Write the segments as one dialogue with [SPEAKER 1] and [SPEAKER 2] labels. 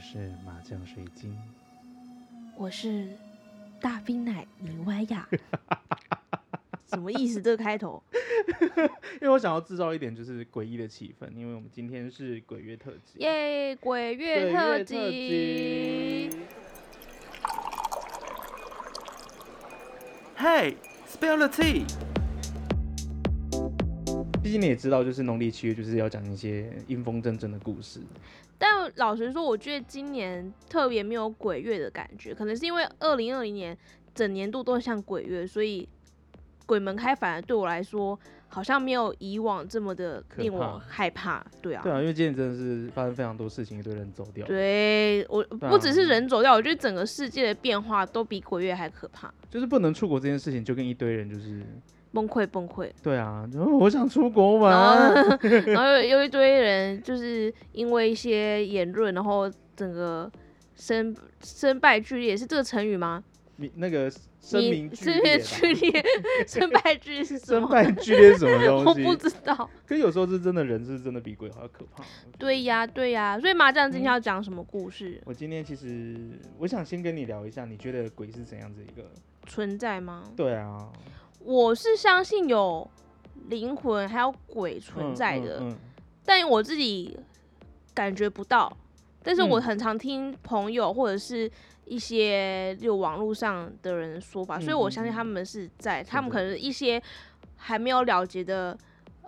[SPEAKER 1] 是麻将水晶，
[SPEAKER 2] 我是大冰奶泥歪呀，什么意思？这个开头
[SPEAKER 1] 因为我想要制造一点就是诡异的气氛，因为我们今天是鬼月特辑。
[SPEAKER 2] 耶！
[SPEAKER 1] 鬼
[SPEAKER 2] 鬼月特
[SPEAKER 1] 月
[SPEAKER 2] 辑，
[SPEAKER 3] Hey, spill the tea.
[SPEAKER 1] 毕竟你也知道，就是农历七月就是要讲一些阴风阵阵的故事。
[SPEAKER 2] 但老实说，我觉得今年特别没有鬼月的感觉，可能是因为二零二零年整年度都像鬼月，所以鬼门开反而对我来说好像没有以往这么的
[SPEAKER 1] 可
[SPEAKER 2] 令我
[SPEAKER 1] 怕
[SPEAKER 2] 害怕。对啊，
[SPEAKER 1] 对啊，因为今年真的是发生非常多事情，一堆人走掉。
[SPEAKER 2] 对我
[SPEAKER 1] 对
[SPEAKER 2] 不只是
[SPEAKER 1] 啊
[SPEAKER 2] 人走掉，我觉得整个世界的变化都比鬼月还可怕，
[SPEAKER 1] 就是不能出国这件事情，就跟一堆人就是
[SPEAKER 2] 崩溃崩溃。
[SPEAKER 1] 对啊， 然后我想出国玩，
[SPEAKER 2] 然后然后又又一堆人就是因为一些言论，然后整个身身败俱裂，是这个成语吗？
[SPEAKER 1] 你那个声名
[SPEAKER 2] 你
[SPEAKER 1] 俱
[SPEAKER 2] 身
[SPEAKER 1] 烈
[SPEAKER 2] 边
[SPEAKER 1] 吧，
[SPEAKER 2] 俱裂， 身败俱裂是什
[SPEAKER 1] 身
[SPEAKER 2] 么？
[SPEAKER 1] 败俱烈是什么
[SPEAKER 2] 我
[SPEAKER 1] 东
[SPEAKER 2] 不
[SPEAKER 1] 西？
[SPEAKER 2] 知道。
[SPEAKER 1] 可有时候是真的人是真的比鬼还要可怕。我觉得
[SPEAKER 2] 对呀，对呀，所以麻将今
[SPEAKER 1] 嗯
[SPEAKER 2] 天要讲什么故事？
[SPEAKER 1] 我今天其实我想先跟你聊一下，你觉得鬼是怎样子一个？
[SPEAKER 2] 存在吗？
[SPEAKER 1] 对啊，
[SPEAKER 2] 我是相信有灵魂还有鬼存
[SPEAKER 1] 嗯
[SPEAKER 2] 在
[SPEAKER 1] 嗯
[SPEAKER 2] 的，
[SPEAKER 1] 嗯
[SPEAKER 2] 但我自己感觉不到。但是我
[SPEAKER 1] 嗯
[SPEAKER 2] 很常听朋友或者是一些就网络上的人说法，
[SPEAKER 1] 嗯
[SPEAKER 2] 所以我相信他们是在，他们可能一些还没有了结的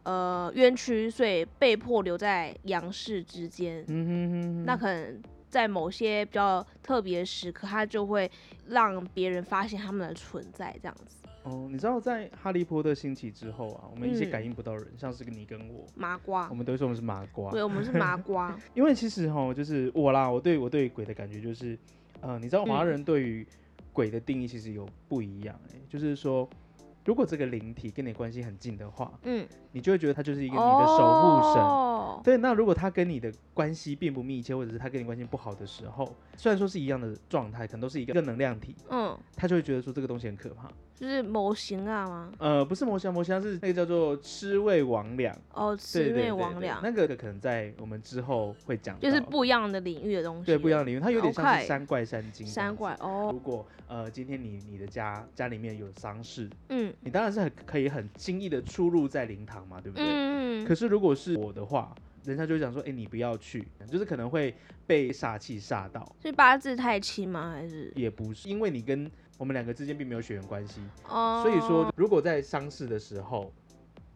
[SPEAKER 2] 呃冤屈，所以被迫留在阳世之间。
[SPEAKER 1] 嗯哼哼哼，
[SPEAKER 2] 那可能在某些比较特别的时刻，他就会让别人发现他们的存在，这样子。
[SPEAKER 1] 哦，你知道在《哈利波特》兴起之后啊，我们一些
[SPEAKER 2] 嗯啊
[SPEAKER 1] 感应不到人，像是你跟我，
[SPEAKER 2] 麻瓜
[SPEAKER 1] 我，们都会说我们是麻瓜。
[SPEAKER 2] 对，我们是麻瓜。
[SPEAKER 1] 因为其实哈，就是我啦，我对我对鬼的感觉就是，呃，你知道华
[SPEAKER 2] 嗯
[SPEAKER 1] 人对于鬼的定义其实有不一样、欸，就是说，如果这个灵体跟你关系很近的话，
[SPEAKER 2] 嗯，
[SPEAKER 1] 你就会觉得它 就是一个你的守护神。
[SPEAKER 2] 哦
[SPEAKER 1] 对，那如果他跟你的关系并不密切，或者是他跟你关系不好的时候，虽然说是一样的状态，可能都是一个一个能量体，
[SPEAKER 2] 嗯，
[SPEAKER 1] 他就会觉得说这个东西很可怕。
[SPEAKER 2] 就是模型啊吗？
[SPEAKER 1] 呃，不是魔像，魔像是那个叫做魑魅魍魉，
[SPEAKER 2] 哦，
[SPEAKER 1] 对
[SPEAKER 2] 魑
[SPEAKER 1] 对对
[SPEAKER 2] 魅
[SPEAKER 1] 对
[SPEAKER 2] 魍魉，
[SPEAKER 1] 那个可能在我我们之后会讲到，
[SPEAKER 2] 就是不一样的领域的东西。
[SPEAKER 1] 对不一样的领域，它有点像
[SPEAKER 2] OK
[SPEAKER 1] 是山怪山精这样子。
[SPEAKER 2] 山怪哦，
[SPEAKER 1] 如果呃今天你你的家家里面有丧事，
[SPEAKER 2] 嗯
[SPEAKER 1] 你当然是很可以很轻易的出入在灵堂嘛，对不对？
[SPEAKER 2] 嗯，
[SPEAKER 1] 可
[SPEAKER 2] 嗯
[SPEAKER 1] 是如果是我的话，人家就会讲说，哎、你不要去，就是可能会被煞气煞到，
[SPEAKER 2] 是八字太轻吗？还是
[SPEAKER 1] 也不是，因为你跟我们两个之间并没有血缘关系，
[SPEAKER 2] 哦？
[SPEAKER 1] 所以说如果在丧事的时候。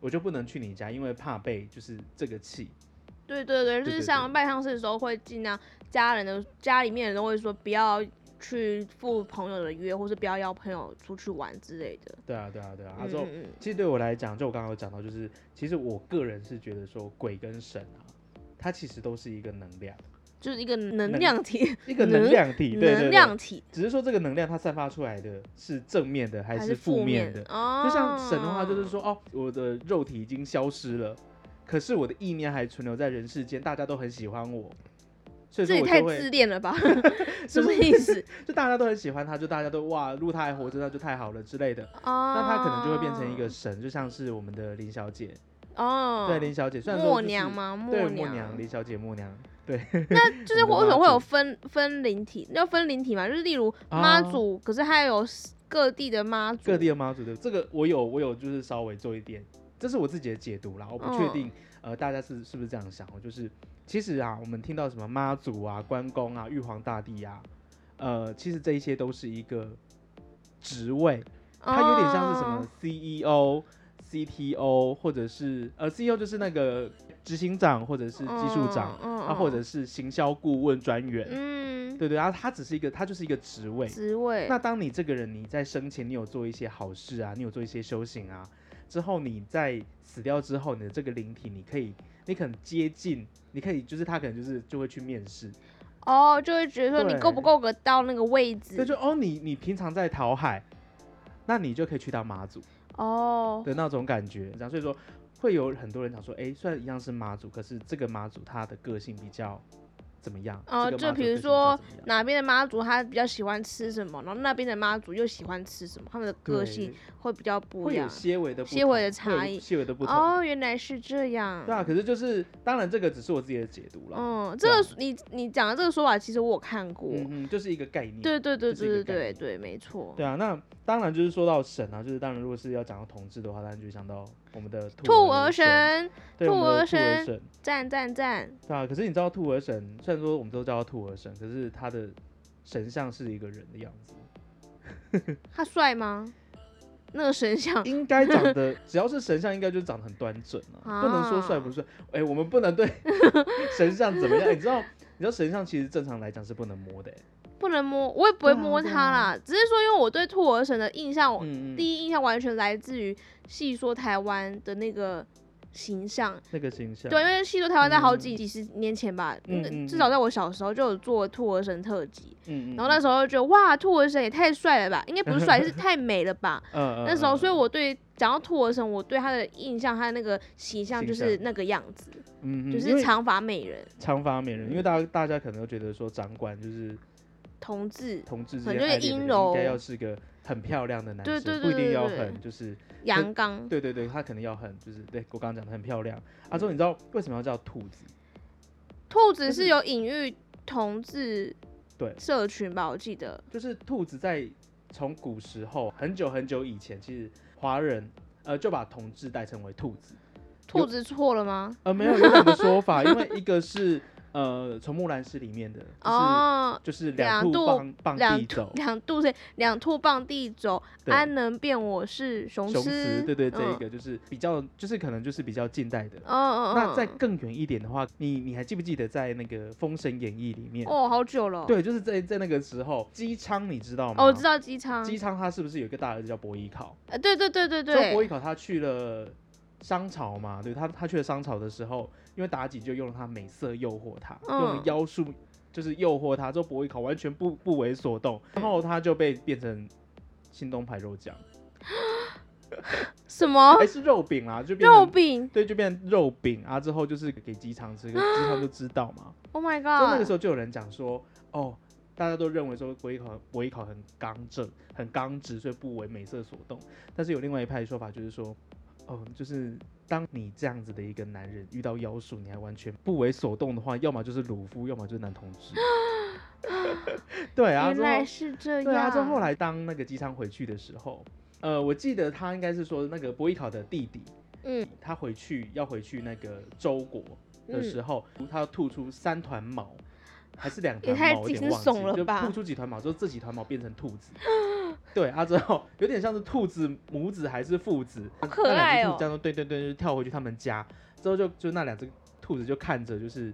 [SPEAKER 1] 我就不能去你家，因为怕被就是这个气。
[SPEAKER 2] 对对对，就
[SPEAKER 1] 对
[SPEAKER 2] 是
[SPEAKER 1] 对
[SPEAKER 2] 像
[SPEAKER 1] 对
[SPEAKER 2] 拜丧事的时候会尽量家人的家里面的人都会说不要去赴朋友的约，或是不要邀朋友出去玩之类的。
[SPEAKER 1] 对啊，对啊，对啊。他
[SPEAKER 2] 嗯
[SPEAKER 1] 说，
[SPEAKER 2] 嗯嗯
[SPEAKER 1] 其实对我来讲，就我刚刚有讲到，就是其实我个人是觉得说鬼跟神啊，它其实都是一个能量，
[SPEAKER 2] 就是一个能量体，
[SPEAKER 1] 一个能量体，对对对
[SPEAKER 2] 能量体
[SPEAKER 1] 只是说这个能量它散发出来的是正面的还
[SPEAKER 2] 还是
[SPEAKER 1] 是负
[SPEAKER 2] 面
[SPEAKER 1] 面的。
[SPEAKER 2] 哦，
[SPEAKER 1] 就像神的话，就是说哦，我的肉体已经消失了，可是我的意念还存留在人世间，大家都很喜欢我，所以说
[SPEAKER 2] 这也
[SPEAKER 1] 我
[SPEAKER 2] 太
[SPEAKER 1] 就会
[SPEAKER 2] 自恋了吧？ 什
[SPEAKER 1] 就
[SPEAKER 2] 么
[SPEAKER 1] 是
[SPEAKER 2] 意思？
[SPEAKER 1] 就大家都很喜欢他，就大家都哇，如果他还活着，那就太好了之类的。
[SPEAKER 2] 哦，
[SPEAKER 1] 那他可能就会变成一个神，就像是我们的林小姐，
[SPEAKER 2] 哦，
[SPEAKER 1] 对林小姐，虽然说
[SPEAKER 2] 默
[SPEAKER 1] 就是
[SPEAKER 2] 娘吗？
[SPEAKER 1] 对
[SPEAKER 2] 默
[SPEAKER 1] 默娘，林小姐默娘，
[SPEAKER 2] 就是
[SPEAKER 1] 我
[SPEAKER 2] 为
[SPEAKER 1] 们
[SPEAKER 2] 什
[SPEAKER 1] 的
[SPEAKER 2] 么会
[SPEAKER 1] 妈
[SPEAKER 2] 有
[SPEAKER 1] 祖
[SPEAKER 2] 分分灵体？要分灵体嘛，就是例如妈
[SPEAKER 1] 哦
[SPEAKER 2] 祖，可是它有 s- 各地的妈祖，
[SPEAKER 1] 各地的妈祖的这个我有我有就是稍微做一点，这是我自己的解读啦，我不确
[SPEAKER 2] 嗯
[SPEAKER 1] 定、呃大家是是不是这样想，我就是其实啊，我们听到什么妈祖啊、关公啊、玉皇大帝啊，呃，其实这一些都是一个职位，它有点像是什么 E
[SPEAKER 2] 哦
[SPEAKER 1] CEO、CTO 或者是呃 CEO 就是那个执行长或者是技术长，
[SPEAKER 2] 嗯嗯
[SPEAKER 1] 啊或者
[SPEAKER 2] 嗯
[SPEAKER 1] 是行销顾问专员，
[SPEAKER 2] 嗯
[SPEAKER 1] 对对啊，它只是一个它就是一个职位，
[SPEAKER 2] 职位
[SPEAKER 1] 那当你这个人你在生前你有做一些好事啊，你有做一些修行啊，之后你在死掉之后，你的这个灵体你可以，你可能接近，你可以就是他可能就是就会去面试，
[SPEAKER 2] 哦，就会觉得说你够不
[SPEAKER 1] 对
[SPEAKER 2] 够格到那个位
[SPEAKER 1] 所以
[SPEAKER 2] 置
[SPEAKER 1] 就哦你你平常在讨海，那你就可以去当妈祖
[SPEAKER 2] 哦，
[SPEAKER 1] 的那种感觉，这样所以说会有很多人讲说，哎，虽然一样是妈祖，可是这个妈祖她的个性比较怎么样？
[SPEAKER 2] 哦
[SPEAKER 1] 这个
[SPEAKER 2] 就
[SPEAKER 1] 妈祖
[SPEAKER 2] 比如
[SPEAKER 1] 个性教
[SPEAKER 2] 说
[SPEAKER 1] 怎么样
[SPEAKER 2] 哪边的妈祖他比较喜欢吃什么，然后那边的妈祖又喜欢吃什么，他们的个
[SPEAKER 1] 对
[SPEAKER 2] 性会比较不
[SPEAKER 1] 会
[SPEAKER 2] 一
[SPEAKER 1] 有
[SPEAKER 2] 样。
[SPEAKER 1] 些微的不
[SPEAKER 2] 些微
[SPEAKER 1] 同
[SPEAKER 2] 的差
[SPEAKER 1] 会有
[SPEAKER 2] 异
[SPEAKER 1] 些微的不同。
[SPEAKER 2] 哦，原来是这样。
[SPEAKER 1] 对啊，可是就是当然这个只是我自己的解读啦。
[SPEAKER 2] 嗯，这
[SPEAKER 1] 对啊
[SPEAKER 2] 个你你讲的这个说法，其实我有看过。
[SPEAKER 1] 嗯嗯，就是一个概念。
[SPEAKER 2] 对对对
[SPEAKER 1] 这是一个
[SPEAKER 2] 对对
[SPEAKER 1] 概
[SPEAKER 2] 对
[SPEAKER 1] 念
[SPEAKER 2] 对，没错。
[SPEAKER 1] 对啊，那当然就是说到神啊，就是当然如果是要讲到同志的话，当然就想到我们的
[SPEAKER 2] 兔
[SPEAKER 1] 儿
[SPEAKER 2] 儿，神，
[SPEAKER 1] 对，
[SPEAKER 2] 兔
[SPEAKER 1] 我们的
[SPEAKER 2] 儿
[SPEAKER 1] 兔儿
[SPEAKER 2] 神
[SPEAKER 1] 神，
[SPEAKER 2] 赞赞赞！
[SPEAKER 1] 对啊。可是你知道兔儿神，虽然说我们都叫他兔儿神，可是他的神像是一个人的样子，
[SPEAKER 2] 他帅吗？那个 神像，
[SPEAKER 1] 应该长得只要是神像，应该就长得很端正啊，不能说帅不帅。哎、我们不 能对神像怎么样，你知道？你知道神像其实正常来讲是不能摸的、欸，
[SPEAKER 2] 不能摸，我也不会
[SPEAKER 1] 对啊
[SPEAKER 2] 摸
[SPEAKER 1] 对
[SPEAKER 2] 它啦。只是说，因为我对兔儿神的印象，我
[SPEAKER 1] 嗯嗯，
[SPEAKER 2] 哦第一印象完全来自于戏说台湾的那个形象。
[SPEAKER 1] 那个形象，
[SPEAKER 2] 对，因为戏说台湾在好几
[SPEAKER 1] 嗯
[SPEAKER 2] 几十年前吧，
[SPEAKER 1] 嗯
[SPEAKER 2] 那个
[SPEAKER 1] 嗯
[SPEAKER 2] 至少在我小时候就有做兔儿神特辑，
[SPEAKER 1] 嗯，嗯嗯，
[SPEAKER 2] 然后那时候就觉得哇，兔儿神也太帅了吧，应该不是 帅，是太美了吧。
[SPEAKER 1] 嗯，嗯
[SPEAKER 2] 那时候，所以
[SPEAKER 1] 嗯
[SPEAKER 2] 我对讲到兔儿神，我对他的印象，他的那个形象就
[SPEAKER 1] 形
[SPEAKER 2] 是
[SPEAKER 1] 象
[SPEAKER 2] 那个样子，
[SPEAKER 1] 嗯，嗯
[SPEAKER 2] 就
[SPEAKER 1] 因
[SPEAKER 2] 是
[SPEAKER 1] 为
[SPEAKER 2] 长发美人，
[SPEAKER 1] 长发美人，因为大家大家可能都觉得说掌管就是
[SPEAKER 2] 同志，
[SPEAKER 1] 同志之
[SPEAKER 2] 可
[SPEAKER 1] 间
[SPEAKER 2] 能
[SPEAKER 1] 的爱
[SPEAKER 2] 就是
[SPEAKER 1] 恋，
[SPEAKER 2] 阴
[SPEAKER 1] 可能应该
[SPEAKER 2] 柔
[SPEAKER 1] 要是个很漂亮的男
[SPEAKER 2] 对
[SPEAKER 1] 生，
[SPEAKER 2] 对
[SPEAKER 1] 不一定
[SPEAKER 2] 对对
[SPEAKER 1] 要
[SPEAKER 2] 对
[SPEAKER 1] 很就是
[SPEAKER 2] 阳刚，
[SPEAKER 1] 对对对，他可能要很就是对我刚刚讲的很漂亮。阿周，你知道为什么要叫兔子？
[SPEAKER 2] 兔
[SPEAKER 1] 就
[SPEAKER 2] 子
[SPEAKER 1] 是
[SPEAKER 2] 是有隐喻同志
[SPEAKER 1] 对
[SPEAKER 2] 社群吧？我记得，
[SPEAKER 1] 就是兔子在从古时候很久很久以前，其实华人呃就把同志代称为兔子。
[SPEAKER 2] 兔子错了吗？
[SPEAKER 1] 呃，没有有两个说 法，因为一个是呃从木兰诗里面的，就是、
[SPEAKER 2] 哦，
[SPEAKER 1] 就是
[SPEAKER 2] 两
[SPEAKER 1] 两兔
[SPEAKER 2] 度
[SPEAKER 1] 傍傍
[SPEAKER 2] 两
[SPEAKER 1] 地
[SPEAKER 2] 兔
[SPEAKER 1] 走，
[SPEAKER 2] 两兔是两兔傍地走，
[SPEAKER 1] 对
[SPEAKER 2] 安能辨我是雄
[SPEAKER 1] 雄
[SPEAKER 2] 狮
[SPEAKER 1] 雌，？对对，这一
[SPEAKER 2] 嗯，
[SPEAKER 1] 个就是比较就是可能就是比较近代的。
[SPEAKER 2] 嗯嗯
[SPEAKER 1] 那再
[SPEAKER 2] 嗯
[SPEAKER 1] 更远一点的话，你你还记不记得在那个《封神演义》里面？
[SPEAKER 2] 哦，好久了，，
[SPEAKER 1] 对，就是在在那个时候，姬昌你知道吗？
[SPEAKER 2] 哦，我知。道姬昌，
[SPEAKER 1] 姬昌他是不是有一个大儿子叫伯邑考？
[SPEAKER 2] 呃，对对对对
[SPEAKER 1] 说伯邑
[SPEAKER 2] 对，
[SPEAKER 1] 考他去了商朝嘛，对他他去了商朝的时候，因为妲己就用了他美色诱惑他，
[SPEAKER 2] 嗯
[SPEAKER 1] 用妖术就是诱惑他，之后伯邑考完全不不为所动，然后他就被变成新东牌肉酱，
[SPEAKER 2] 什么
[SPEAKER 1] 还是哎肉饼啦，就变成
[SPEAKER 2] 哦肉饼
[SPEAKER 1] 对，就变成肉饼啊，之后就是给姬昌吃，可是姬昌就知道 嘛，
[SPEAKER 2] ？Oh my
[SPEAKER 1] 就那个
[SPEAKER 2] god！
[SPEAKER 1] 时候就有人讲说，哦，大家都认为说国艺考国艺考很刚正、很刚直，所以不为美色所动。但是有另外一派说法，就是说，哦，就是当你这样子的一个男人遇到妖术，你还完全不为所动的话，要么就是鲁夫，要么就是男同 志。对啊，
[SPEAKER 2] 原
[SPEAKER 1] 之后
[SPEAKER 2] 来是这样。
[SPEAKER 1] 对啊，之后后来当那个姬昌回去的时候，呃，我记得他应该是说那个伯邑考的弟弟，
[SPEAKER 2] 嗯，
[SPEAKER 1] 他回去要回去那个周国的时候，他吐出三团毛，还是两团
[SPEAKER 2] 嗯也太
[SPEAKER 1] 毛，有点
[SPEAKER 2] 惊
[SPEAKER 1] 忘
[SPEAKER 2] 悚了
[SPEAKER 1] 记，就
[SPEAKER 2] 吧
[SPEAKER 1] 吐出几团毛之后，这几团毛变成兔子。对，啊之后有点像是兔子母子还是父子，
[SPEAKER 2] 好可
[SPEAKER 1] 那两只
[SPEAKER 2] 爱
[SPEAKER 1] 兔
[SPEAKER 2] 哦
[SPEAKER 1] 子这样对对对，就跳回去他们家之后就就那两只兔子就看着就是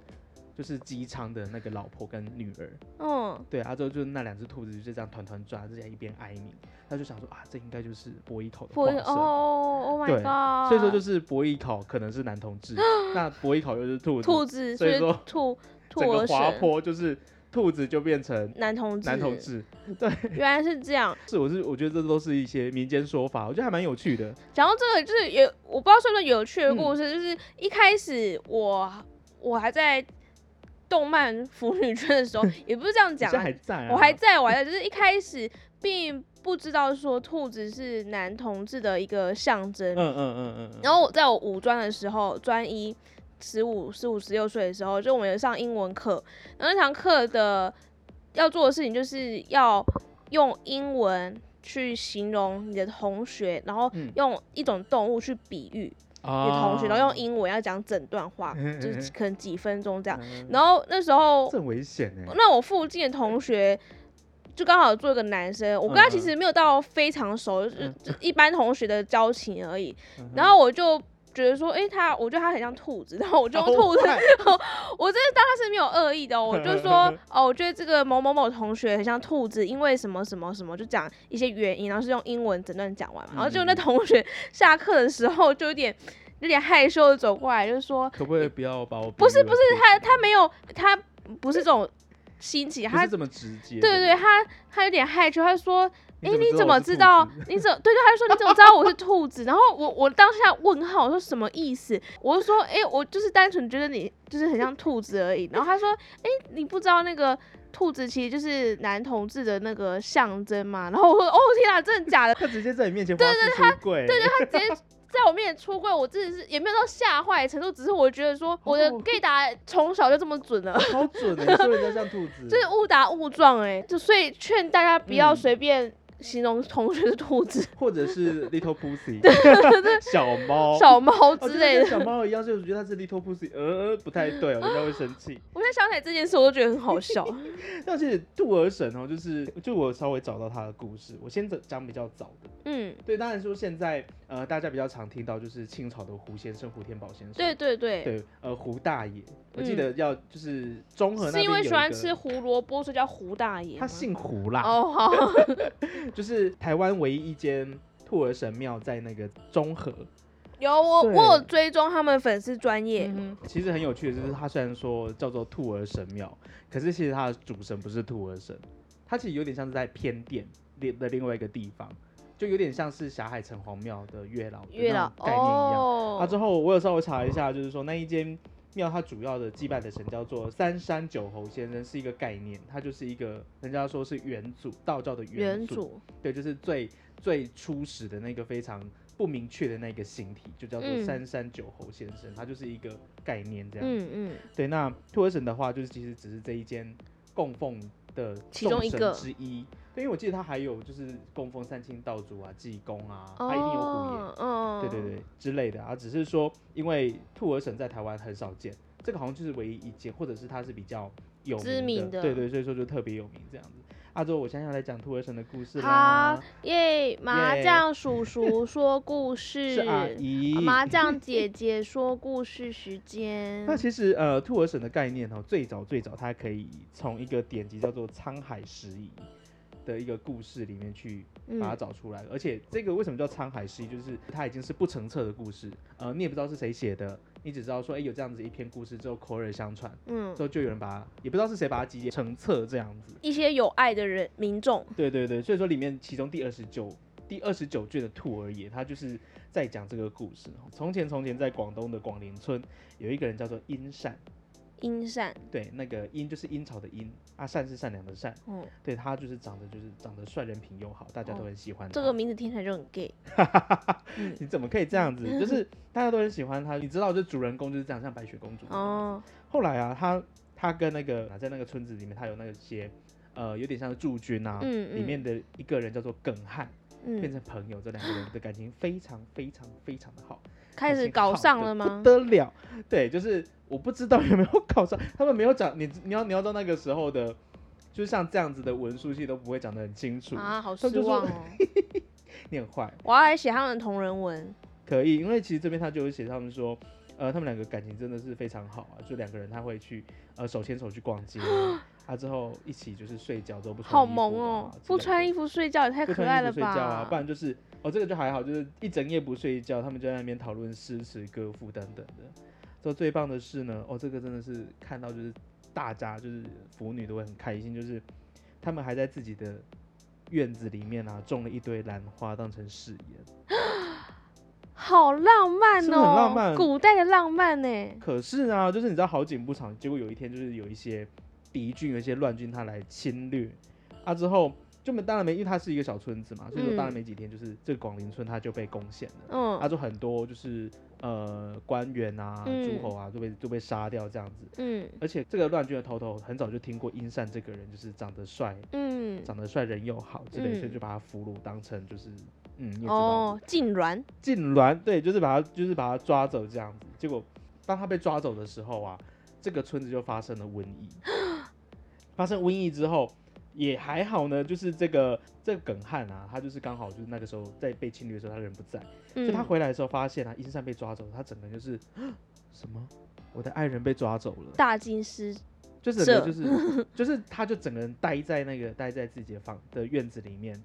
[SPEAKER 1] 就是姬昌的那个老婆跟女儿，
[SPEAKER 2] 嗯，
[SPEAKER 1] 对，阿周就是那两只兔子就这样团团转，之前一边哀鸣，他就想说啊，这应该就是伯邑考的
[SPEAKER 2] 我
[SPEAKER 1] 化
[SPEAKER 2] 哦
[SPEAKER 1] 身。
[SPEAKER 2] ，Oh my
[SPEAKER 1] 对
[SPEAKER 2] god！
[SPEAKER 1] 所以说就是伯邑考可能是男同 志，那伯邑考又是兔子，
[SPEAKER 2] 兔子，
[SPEAKER 1] 所以说
[SPEAKER 2] 兔兔
[SPEAKER 1] 整
[SPEAKER 2] 儿
[SPEAKER 1] 个滑
[SPEAKER 2] 神
[SPEAKER 1] 坡就是兔子就变成
[SPEAKER 2] 男同志，
[SPEAKER 1] 男同志。
[SPEAKER 2] 原来是这样。
[SPEAKER 1] 是，我是我觉得这都是一些民间说法，我觉得还蛮有趣的。
[SPEAKER 2] 讲到这个，就是有我不知道算不算有趣的
[SPEAKER 1] 嗯
[SPEAKER 2] 故事，就是一开始我我还在动漫腐女圈的时候，也不是这样
[SPEAKER 1] 你现
[SPEAKER 2] 讲
[SPEAKER 1] 在
[SPEAKER 2] 啊
[SPEAKER 1] 还，在、啊，
[SPEAKER 2] 我还在，我还在，就是一开始并不知道说兔子是男同志的一个象征
[SPEAKER 1] 嗯，嗯嗯嗯嗯，
[SPEAKER 2] 然后我在我五专的时候，专一十五、十五、十六岁的时候，就我们有上英文课，然后那堂课的要做的事情就是要用英文去形容你的同学，然后
[SPEAKER 1] 嗯
[SPEAKER 2] 用一种动物去比喻你的
[SPEAKER 1] 啊
[SPEAKER 2] 同学，然后用英文要讲整段话，
[SPEAKER 1] 嗯嗯
[SPEAKER 2] 就是
[SPEAKER 1] 嗯
[SPEAKER 2] 可能几分钟这样。
[SPEAKER 1] 嗯
[SPEAKER 2] 然后那时候
[SPEAKER 1] 这很危险哎、
[SPEAKER 2] 那我附近的同学就刚好做一个男生，我跟他
[SPEAKER 1] 嗯
[SPEAKER 2] 其实没有到非常熟，就
[SPEAKER 1] 嗯
[SPEAKER 2] 就一般同学的交情而已。
[SPEAKER 1] 嗯哼
[SPEAKER 2] 然后我就觉得说，诶，他，我觉得他很像兔子，然后我
[SPEAKER 1] 哦
[SPEAKER 2] 就用兔子，
[SPEAKER 1] 好坏
[SPEAKER 2] 我真的当他是没有恶意的哦、我就
[SPEAKER 1] 嗯
[SPEAKER 2] 说，哦，我觉得这个某某某同学很像兔子，因为什么什么什么，就讲一些原因，然后是用英文整段讲完嘛，然后就那
[SPEAKER 1] 嗯
[SPEAKER 2] 同学 下课的时候就有点有点害羞的走过来，就是说，
[SPEAKER 1] 可不可以不要把我？
[SPEAKER 2] 不是不是，
[SPEAKER 1] 他
[SPEAKER 2] 他没有，他不是这种新奇，
[SPEAKER 1] 不
[SPEAKER 2] 他
[SPEAKER 1] 是这么直接的。
[SPEAKER 2] 对对，他他有点害羞，他说：“哎、
[SPEAKER 1] 你
[SPEAKER 2] 你怎么
[SPEAKER 1] 我是
[SPEAKER 2] 知
[SPEAKER 1] 兔
[SPEAKER 2] 道
[SPEAKER 1] 子？
[SPEAKER 2] 你怎对对？”他就说：“你怎么知道我是兔子？”然后我我当下问号，我说什么意思？我就说：“哎、我就是单纯觉得你就是很像兔子而已。”然后他说：“哎、你不知道那个兔子其实就是男同志的那个象征嘛？”然后我说：“哦天啊，真的假的？”
[SPEAKER 1] 他直接在你面前花式出柜，
[SPEAKER 2] 对对，他直接在我面前出柜，我真的是也没有到吓坏的程度，只是我觉得说我的
[SPEAKER 1] 哦
[SPEAKER 2] gay 达从小就这么准了。
[SPEAKER 1] 好准的、说人家像兔子，
[SPEAKER 2] 就是误打误撞哎、就所以劝大家不要
[SPEAKER 1] 嗯
[SPEAKER 2] 随便形容同学是兔子、
[SPEAKER 1] 或者是 little pussy，小 猫，
[SPEAKER 2] 小 猫
[SPEAKER 1] 哦
[SPEAKER 2] 之类
[SPEAKER 1] 就
[SPEAKER 2] 的
[SPEAKER 1] 是。跟小猫一样，就是觉得它是 little pussy，呃，呃不太对哦，人家会生 气。
[SPEAKER 2] 我现在想起来这件事，我都觉得很好 笑。
[SPEAKER 1] 但是兔儿神哦，就是就我稍微找到他的故事，我先讲比较早的。
[SPEAKER 2] 嗯，
[SPEAKER 1] 对，当然说现在呃，大家比较常听到就是清朝的胡先生、胡天宝先生，
[SPEAKER 2] 对对对，
[SPEAKER 1] 对，呃，胡大爷，我记
[SPEAKER 2] 嗯
[SPEAKER 1] 得要就是中和那
[SPEAKER 2] 是
[SPEAKER 1] 边
[SPEAKER 2] 因为
[SPEAKER 1] 有
[SPEAKER 2] 喜
[SPEAKER 1] 一
[SPEAKER 2] 欢
[SPEAKER 1] 个
[SPEAKER 2] 吃胡萝卜，所以叫胡大爷吗。
[SPEAKER 1] 他姓胡啦，
[SPEAKER 2] 哦好，
[SPEAKER 1] 就是台湾唯一一间兔儿神庙在那个中和。
[SPEAKER 2] 有我
[SPEAKER 1] 对
[SPEAKER 2] 我有追踪他们粉丝专业，
[SPEAKER 1] 嗯哼，其实很有趣的就是，它虽然说叫做兔儿神庙，可是其实它的主神不是兔儿神，它其实有点像是在偏殿另的另外一个地方，就有点像是霞海城隍庙的月老的
[SPEAKER 2] 月
[SPEAKER 1] 那
[SPEAKER 2] 老
[SPEAKER 1] 种概念一样。
[SPEAKER 2] 哦，
[SPEAKER 1] 啊，之后我有稍微查一下，就是说那一间庙它主要的祭拜的神叫做三山九侯先生，是一个概念，它就是一个人家说是元祖道教的
[SPEAKER 2] 原
[SPEAKER 1] 祖
[SPEAKER 2] 主
[SPEAKER 1] 对，就是最最初始的那个非常不明确的那个形体，就叫做
[SPEAKER 2] 嗯
[SPEAKER 1] 三山九侯先生，它就是一个概念这样。
[SPEAKER 2] 嗯嗯，
[SPEAKER 1] 对，那兔儿神的话，就是其实只是这一间供奉的
[SPEAKER 2] 其中
[SPEAKER 1] 众
[SPEAKER 2] 一
[SPEAKER 1] 神
[SPEAKER 2] 个
[SPEAKER 1] 之一。对，因为我记得它还有就是供奉三清道主啊、济公啊，它一定有虎爷。
[SPEAKER 2] 哦，嗯，
[SPEAKER 1] 对对对，之类的啊，只是说因为兔儿神在台湾很少见，这个好像就是唯一一件，或者是它是比较有
[SPEAKER 2] 知名的
[SPEAKER 1] 的，对对，所以说就特别有名这样子。阿周，我现在要来讲兔儿神的故事啦
[SPEAKER 2] 好，耶！麻
[SPEAKER 1] 耶
[SPEAKER 2] 将 叔叔说故事，
[SPEAKER 1] 是啊阿姨。
[SPEAKER 2] 麻将姐姐说故事时间
[SPEAKER 1] 那。其实呃，兔儿神的概念哦，最早最早它可以从一个典籍叫做《沧海拾遗》的一个故事里面去把它
[SPEAKER 2] 嗯，
[SPEAKER 1] 找出来，而且这个为什么叫沧海失忆，就是它已经是不成册的故事，呃，你也不知道是谁写的，你只知道说，哎、有这样子一篇故事之后口耳相传，
[SPEAKER 2] 嗯
[SPEAKER 1] 之，后就有人把它，也不知道是谁把它集结成册这样子。
[SPEAKER 2] 一些有爱的人民众，
[SPEAKER 1] 对对对，所以说里面其中第二十九第二十九卷的《兔儿爷》，他就是在讲这个故事。哦从前从前，在广东的广陵村有一个人叫做殷善，
[SPEAKER 2] 阴善，
[SPEAKER 1] 对，那个殷就是殷朝的殷，啊善是善良的善，
[SPEAKER 2] 嗯，
[SPEAKER 1] 对他就是长得就是长得帅，人品又好，大家都
[SPEAKER 2] 哦
[SPEAKER 1] 很喜欢他。
[SPEAKER 2] 这个名字听起来就很 gay。嗯
[SPEAKER 1] 你怎么可以这样子？就是大家都很喜欢他，你知道，就主人公就是这样，像白雪公主。哦。
[SPEAKER 2] 哦，
[SPEAKER 1] 后来啊，他他跟那个在那个村子里面，他有那些呃，有点像是驻军啊，
[SPEAKER 2] 嗯嗯
[SPEAKER 1] 里面的一个人叫做耿汉，变
[SPEAKER 2] 嗯，
[SPEAKER 1] 成朋友，这两个人的感情非常非常非常的好，
[SPEAKER 2] 开
[SPEAKER 1] 感情
[SPEAKER 2] 始搞
[SPEAKER 1] 好
[SPEAKER 2] 上
[SPEAKER 1] 得
[SPEAKER 2] 了吗
[SPEAKER 1] 不？得了，对，就是我不知道有没有搞上，他们没有讲，你你要你要到那个时候的，就像这样子的文书系都不会讲得很清楚，
[SPEAKER 2] 啊，好
[SPEAKER 1] 他们
[SPEAKER 2] 失
[SPEAKER 1] 就说
[SPEAKER 2] 望哦！
[SPEAKER 1] 你很坏。
[SPEAKER 2] 我要来写他们的同人文，
[SPEAKER 1] 可以，因为其实这边他就有写他们说，呃，他们两个感情真的是非常好啊，就两个人他会去呃手牵手去逛街 啊，啊之后一起就是睡觉之后不穿
[SPEAKER 2] 好
[SPEAKER 1] 衣服
[SPEAKER 2] 萌
[SPEAKER 1] 啊
[SPEAKER 2] 哦
[SPEAKER 1] 之！
[SPEAKER 2] 不
[SPEAKER 1] 类的
[SPEAKER 2] 穿衣服睡觉也太
[SPEAKER 1] 不
[SPEAKER 2] 可
[SPEAKER 1] 穿
[SPEAKER 2] 爱
[SPEAKER 1] 衣
[SPEAKER 2] 了
[SPEAKER 1] 服睡觉啊，不
[SPEAKER 2] 吧？
[SPEAKER 1] 然就是哦这个就还好，就是一整夜不睡觉，他们就在那边讨论诗词歌赋等等的。之后最棒的是呢，哦这个真的是看到就是大家就是腐女都会很开心，就是他们还在自己的院子里面啊种了一堆兰花当成誓言。
[SPEAKER 2] 好浪漫
[SPEAKER 1] 是不是很浪
[SPEAKER 2] 哦，
[SPEAKER 1] 漫
[SPEAKER 2] 古代的浪漫呢。
[SPEAKER 1] 可是啊，就是你知道好景不长，结果有一天就是有一些敌军、有一些乱军他来侵略，啊之后就没当然没，因为它是一个小村子嘛，所以说当然没几天，就是这个广陵村它就被攻陷了，啊
[SPEAKER 2] 嗯
[SPEAKER 1] 就很多就是呃官员啊、
[SPEAKER 2] 嗯
[SPEAKER 1] 诸侯啊就被就被杀掉这样子。
[SPEAKER 2] 嗯
[SPEAKER 1] 而且这个乱军的头头很早就听过殷善这个人，就是长得帅、
[SPEAKER 2] 嗯，
[SPEAKER 1] 长得帅、人又好之类，
[SPEAKER 2] 嗯
[SPEAKER 1] 所以就把他俘虏当成就是嗯，你也知道
[SPEAKER 2] 哦，痉挛，
[SPEAKER 1] 痉挛，对，就是把他就是把他抓走这样子。结果当他被抓走的时候啊，这个村子就发生了瘟 疫。发生瘟疫之后也还好呢，就是这个这个耿汉啊，他就是刚好就是那个时候在被侵略的时候，他人不在，所以他
[SPEAKER 2] 嗯
[SPEAKER 1] 回来的时候发现啊，伊善被抓走，他整个人就是 什么，我的爱人被抓走了。
[SPEAKER 2] 大惊失
[SPEAKER 1] 就整个
[SPEAKER 2] 这
[SPEAKER 1] 就是就是，他就整个人待在那个待在自己的房的院子里面，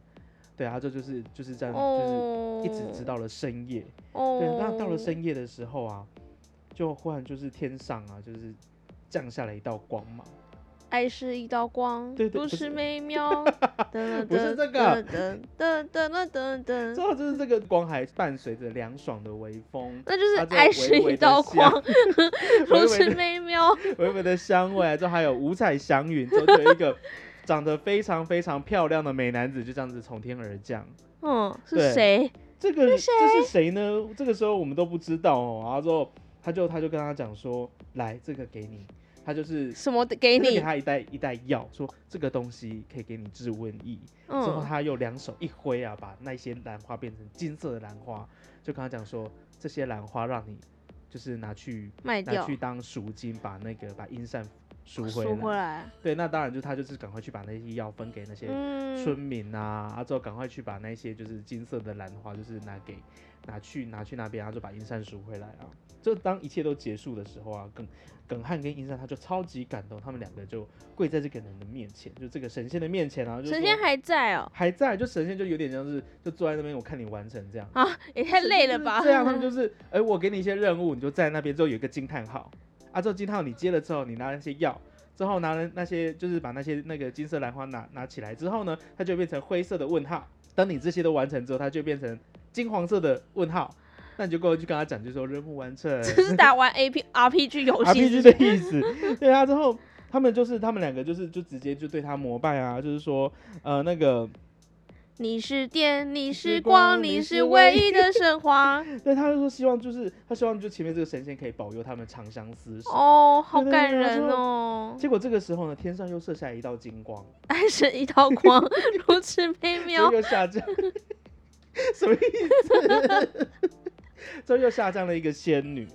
[SPEAKER 1] 对啊，这就是就是这样，就是
[SPEAKER 2] 哦，
[SPEAKER 1] 一直直到了深夜，
[SPEAKER 2] 哦。
[SPEAKER 1] 对，那到了深夜的时候啊，就忽然就是天上啊，就是降下了一道光芒，
[SPEAKER 2] 爱是一道光，
[SPEAKER 1] 对对不
[SPEAKER 2] 不
[SPEAKER 1] 是
[SPEAKER 2] 是 美妙。噔
[SPEAKER 1] 不是这个
[SPEAKER 2] 噔噔噔噔噔噔
[SPEAKER 1] 之
[SPEAKER 2] 噔，
[SPEAKER 1] 后就是这个光还伴随着凉爽的微风，
[SPEAKER 2] 那就是
[SPEAKER 1] 它这
[SPEAKER 2] 爱
[SPEAKER 1] 微
[SPEAKER 2] 是
[SPEAKER 1] 微
[SPEAKER 2] 一
[SPEAKER 1] 的
[SPEAKER 2] 道
[SPEAKER 1] 香
[SPEAKER 2] 光，
[SPEAKER 1] 微
[SPEAKER 2] 不
[SPEAKER 1] 微
[SPEAKER 2] 是
[SPEAKER 1] 的
[SPEAKER 2] 美妙。
[SPEAKER 1] 微微的香味啊，之后还有五彩祥云，之后就有一个长得非常非常漂亮的美男子就这样子从天而降。
[SPEAKER 2] 嗯，
[SPEAKER 1] 对
[SPEAKER 2] 是谁？
[SPEAKER 1] 这个这是谁呢？这个时候我们都不知道哦。然后之后他就他就跟他讲说，来这个给你，他就是
[SPEAKER 2] 什么的给
[SPEAKER 1] 他就
[SPEAKER 2] 你
[SPEAKER 1] 给？他一袋一袋药，说这个东西可以给你治瘟疫。之后
[SPEAKER 2] 嗯，
[SPEAKER 1] 他又两手一挥啊，把那些兰花变成金色的兰花，就跟他讲说，这些兰花让你就是拿去
[SPEAKER 2] 卖
[SPEAKER 1] 拿
[SPEAKER 2] 掉，
[SPEAKER 1] 去当赎金，把那个把阴善赎回
[SPEAKER 2] 赎回
[SPEAKER 1] 来。
[SPEAKER 2] 来。
[SPEAKER 1] 对，那当然就他就是赶快去把那些药分给那些村
[SPEAKER 2] 嗯，
[SPEAKER 1] 民啊，啊之后赶快去把那些就是金色的兰花，就是拿给拿去拿去那边，然后就把阴善赎回来啊。就当一切都结束的时候啊，耿耿汉跟阴善他就超级感动，他们两个就跪在这个人的面前，就这个神仙的面前啊，就
[SPEAKER 2] 神
[SPEAKER 1] 说
[SPEAKER 2] 仙还在哦，
[SPEAKER 1] 还在，就神仙就有点像是就坐在那边，我看你完成这样。
[SPEAKER 2] 啊也太累了
[SPEAKER 1] 就
[SPEAKER 2] 吧
[SPEAKER 1] 是？这样嗯他们就是，哎、我给你一些任务，你就在那边之后有一个惊叹号，啊，之后惊叹号你接了之后，你拿那些药，之后拿了那些就是把那些那个金色兰花拿拿起来之后呢，它就变成灰色的问号。当你这些都完成之后，它就变成金黄色的问号。那你就过去跟他讲，就说任务完 成
[SPEAKER 2] 这是打完 A P R P G 游戏是
[SPEAKER 1] ，RPG
[SPEAKER 2] 不
[SPEAKER 1] 的意
[SPEAKER 2] 是，
[SPEAKER 1] 思。 对啊，之后他们就是他们两个就是就直接就对他膜拜啊，就是说呃那个
[SPEAKER 2] 你是电，你
[SPEAKER 1] 是
[SPEAKER 2] 是
[SPEAKER 1] 光
[SPEAKER 2] 光，
[SPEAKER 1] 你
[SPEAKER 2] 你
[SPEAKER 1] 是
[SPEAKER 2] 是
[SPEAKER 1] 唯
[SPEAKER 2] 唯一的神话。
[SPEAKER 1] 对，他就说希望就是他希望就前面这个神仙可以保佑他们长相厮守。
[SPEAKER 2] 哦，好
[SPEAKER 1] 对对
[SPEAKER 2] 感
[SPEAKER 1] 对然
[SPEAKER 2] 人
[SPEAKER 1] 后
[SPEAKER 2] 哦！
[SPEAKER 1] 结果这个时候呢，天上又射下一道金光，
[SPEAKER 2] 爱是一 道光，如此美
[SPEAKER 1] 之后
[SPEAKER 2] 妙。
[SPEAKER 1] 又下降， 什么意思？ 之后又下降了一个仙女，